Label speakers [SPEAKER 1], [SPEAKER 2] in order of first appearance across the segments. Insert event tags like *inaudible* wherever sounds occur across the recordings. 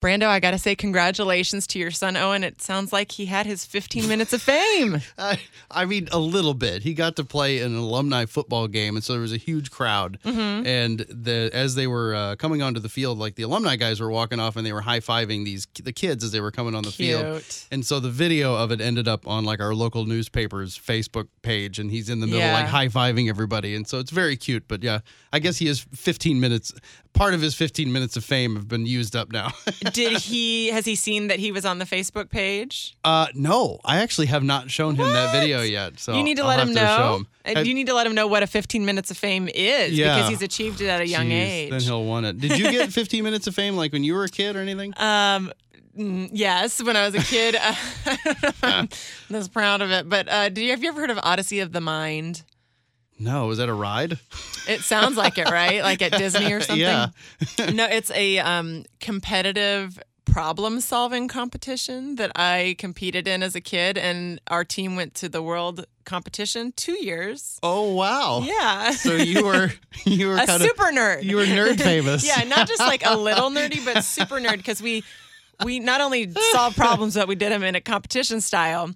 [SPEAKER 1] Brando, I got to say, congratulations to your son, Owen. It sounds like he had his 15 minutes of
[SPEAKER 2] *laughs*
[SPEAKER 1] fame.
[SPEAKER 2] I, I mean, a little bit. He got to play in an alumni football game, and so there was a huge crowd.
[SPEAKER 1] Mm-hmm.
[SPEAKER 2] And the as they were uh, coming onto the field, like the alumni guys were walking off, and they were high fiving these the kids as they were coming on the field.
[SPEAKER 1] Cute.
[SPEAKER 2] And so the video of it ended up on like our local newspaper's Facebook page, and he's in the middle
[SPEAKER 1] Yeah.
[SPEAKER 2] like high fiving everybody, and so it's very cute. But yeah, I guess he is 15 minutes. Part of his 15 minutes of fame have been used up now. *laughs*
[SPEAKER 1] Did he, has he seen that he was on the Facebook page?
[SPEAKER 2] Uh, no, I actually have not shown him that video yet. So
[SPEAKER 1] you need to
[SPEAKER 2] Oh, I'll
[SPEAKER 1] let
[SPEAKER 2] have
[SPEAKER 1] him
[SPEAKER 2] to show
[SPEAKER 1] know.
[SPEAKER 2] him.
[SPEAKER 1] And
[SPEAKER 2] Uh,
[SPEAKER 1] you need to let him know what a 15 minutes of fame is
[SPEAKER 2] Yeah.
[SPEAKER 1] because he's achieved it at a young
[SPEAKER 2] jeez,
[SPEAKER 1] age.
[SPEAKER 2] Then he'll want it. Did you *laughs* get 15 minutes of fame like when you were a kid or anything?
[SPEAKER 1] Um, mm, yes, when I was a
[SPEAKER 2] *laughs*
[SPEAKER 1] kid, *laughs* uh, I was proud of it. But uh, do you have you ever heard of Odyssey of the Mind?
[SPEAKER 2] no, was that a ride?
[SPEAKER 1] It sounds like it, right? Like at Disney or something.
[SPEAKER 2] *laughs* Yeah.
[SPEAKER 1] no, it's a um, competitive problem solving competition that I competed in as a kid, and our team went to the world competition two years.
[SPEAKER 2] Oh wow.
[SPEAKER 1] Yeah.
[SPEAKER 2] So you were you *laughs* were
[SPEAKER 1] a
[SPEAKER 2] kind
[SPEAKER 1] super
[SPEAKER 2] of
[SPEAKER 1] nerd.
[SPEAKER 2] you
[SPEAKER 1] *laughs*
[SPEAKER 2] were nerd famous.
[SPEAKER 1] yeah, not just like a
[SPEAKER 2] *laughs*
[SPEAKER 1] little nerdy, but super nerd because we we not only solved problems, but we did them in a competition style.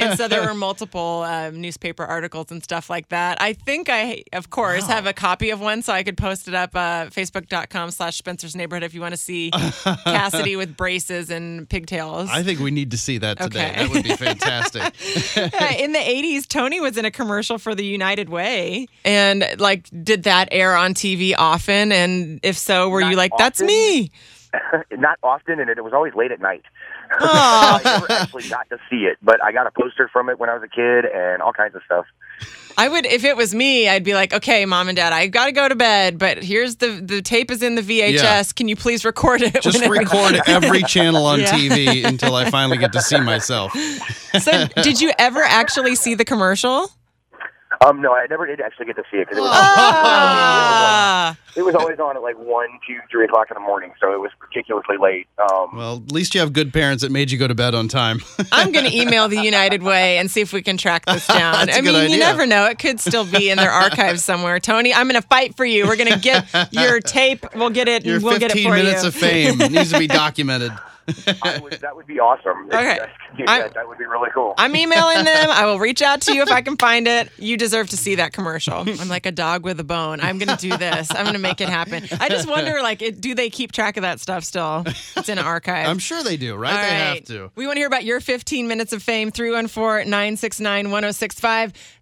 [SPEAKER 1] And so
[SPEAKER 2] *laughs*
[SPEAKER 1] there were multiple um, newspaper articles and stuff like that. I think I, of course, have a copy of one, so I could post it up uh, facebook.com slash Spencer's Neighborhood if you want to
[SPEAKER 2] *laughs*
[SPEAKER 1] see Cassidy with braces and pigtails.
[SPEAKER 2] I think we need to see that today.
[SPEAKER 1] Okay.
[SPEAKER 2] That would be *laughs* fantastic.
[SPEAKER 3] *laughs*
[SPEAKER 1] Yeah, in the 80s, Tony was in a commercial for the United Way. And like, did that air on TV often? And if so, were you
[SPEAKER 3] Not
[SPEAKER 1] like, that's
[SPEAKER 3] often.
[SPEAKER 1] me?
[SPEAKER 3] Not often, and it, it was always late at night. *laughs* I never actually got to see it, but I got a poster from it when I was a kid and all kinds of stuff.
[SPEAKER 1] I would, if it was me, I'd be like, okay, mom and dad, I got to go to bed, but here's the, the tape is in the VHS.
[SPEAKER 2] Yeah.
[SPEAKER 1] Can you please record it?
[SPEAKER 2] Just
[SPEAKER 1] *laughs* whenever-"
[SPEAKER 2] record *laughs* every channel on
[SPEAKER 1] Yeah.
[SPEAKER 2] TV until I finally get to see myself.
[SPEAKER 1] so, did you ever actually see the
[SPEAKER 2] *laughs*
[SPEAKER 1] commercial?
[SPEAKER 3] Um, no, I never did actually get to see it because it was,
[SPEAKER 2] Oh,
[SPEAKER 1] Ah.
[SPEAKER 3] it was always on at like one, two, three o'clock in the morning, so it was ridiculously late. Um,
[SPEAKER 2] Well, at least you have good parents that made you go to bed on time. *laughs*
[SPEAKER 1] I'm going to email the United Way and see if we can track
[SPEAKER 2] *laughs*
[SPEAKER 1] this down.
[SPEAKER 2] That's a
[SPEAKER 1] I mean,
[SPEAKER 2] good idea.
[SPEAKER 1] you never know; it could still be in their archives somewhere. Tony, I'm going to fight for you. We're going to get
[SPEAKER 2] *laughs*
[SPEAKER 1] your tape. We'll get it.
[SPEAKER 2] Your
[SPEAKER 1] and we'll get it
[SPEAKER 2] 15
[SPEAKER 1] for
[SPEAKER 2] minutes
[SPEAKER 1] you.
[SPEAKER 2] of fame needs to be documented.
[SPEAKER 3] I would, that would be awesome. If *laughs*
[SPEAKER 1] Okay.
[SPEAKER 3] you guys could do
[SPEAKER 1] I-
[SPEAKER 3] that, that would be really cool.
[SPEAKER 1] I'm emailing them. I will reach out to you if
[SPEAKER 2] *laughs*
[SPEAKER 1] I can find it. You deserve to see that commercial. I'm like a dog with a bone. I'm going to do this. I'm going to make it happen. I just wonder, like, it, do they keep track of that stuff still? It's in an archive.
[SPEAKER 2] I'm sure they do, right?
[SPEAKER 1] All
[SPEAKER 2] they
[SPEAKER 1] right.
[SPEAKER 2] have to.
[SPEAKER 1] oh We want to hear about your 15 minutes of fame, 314 969 1065.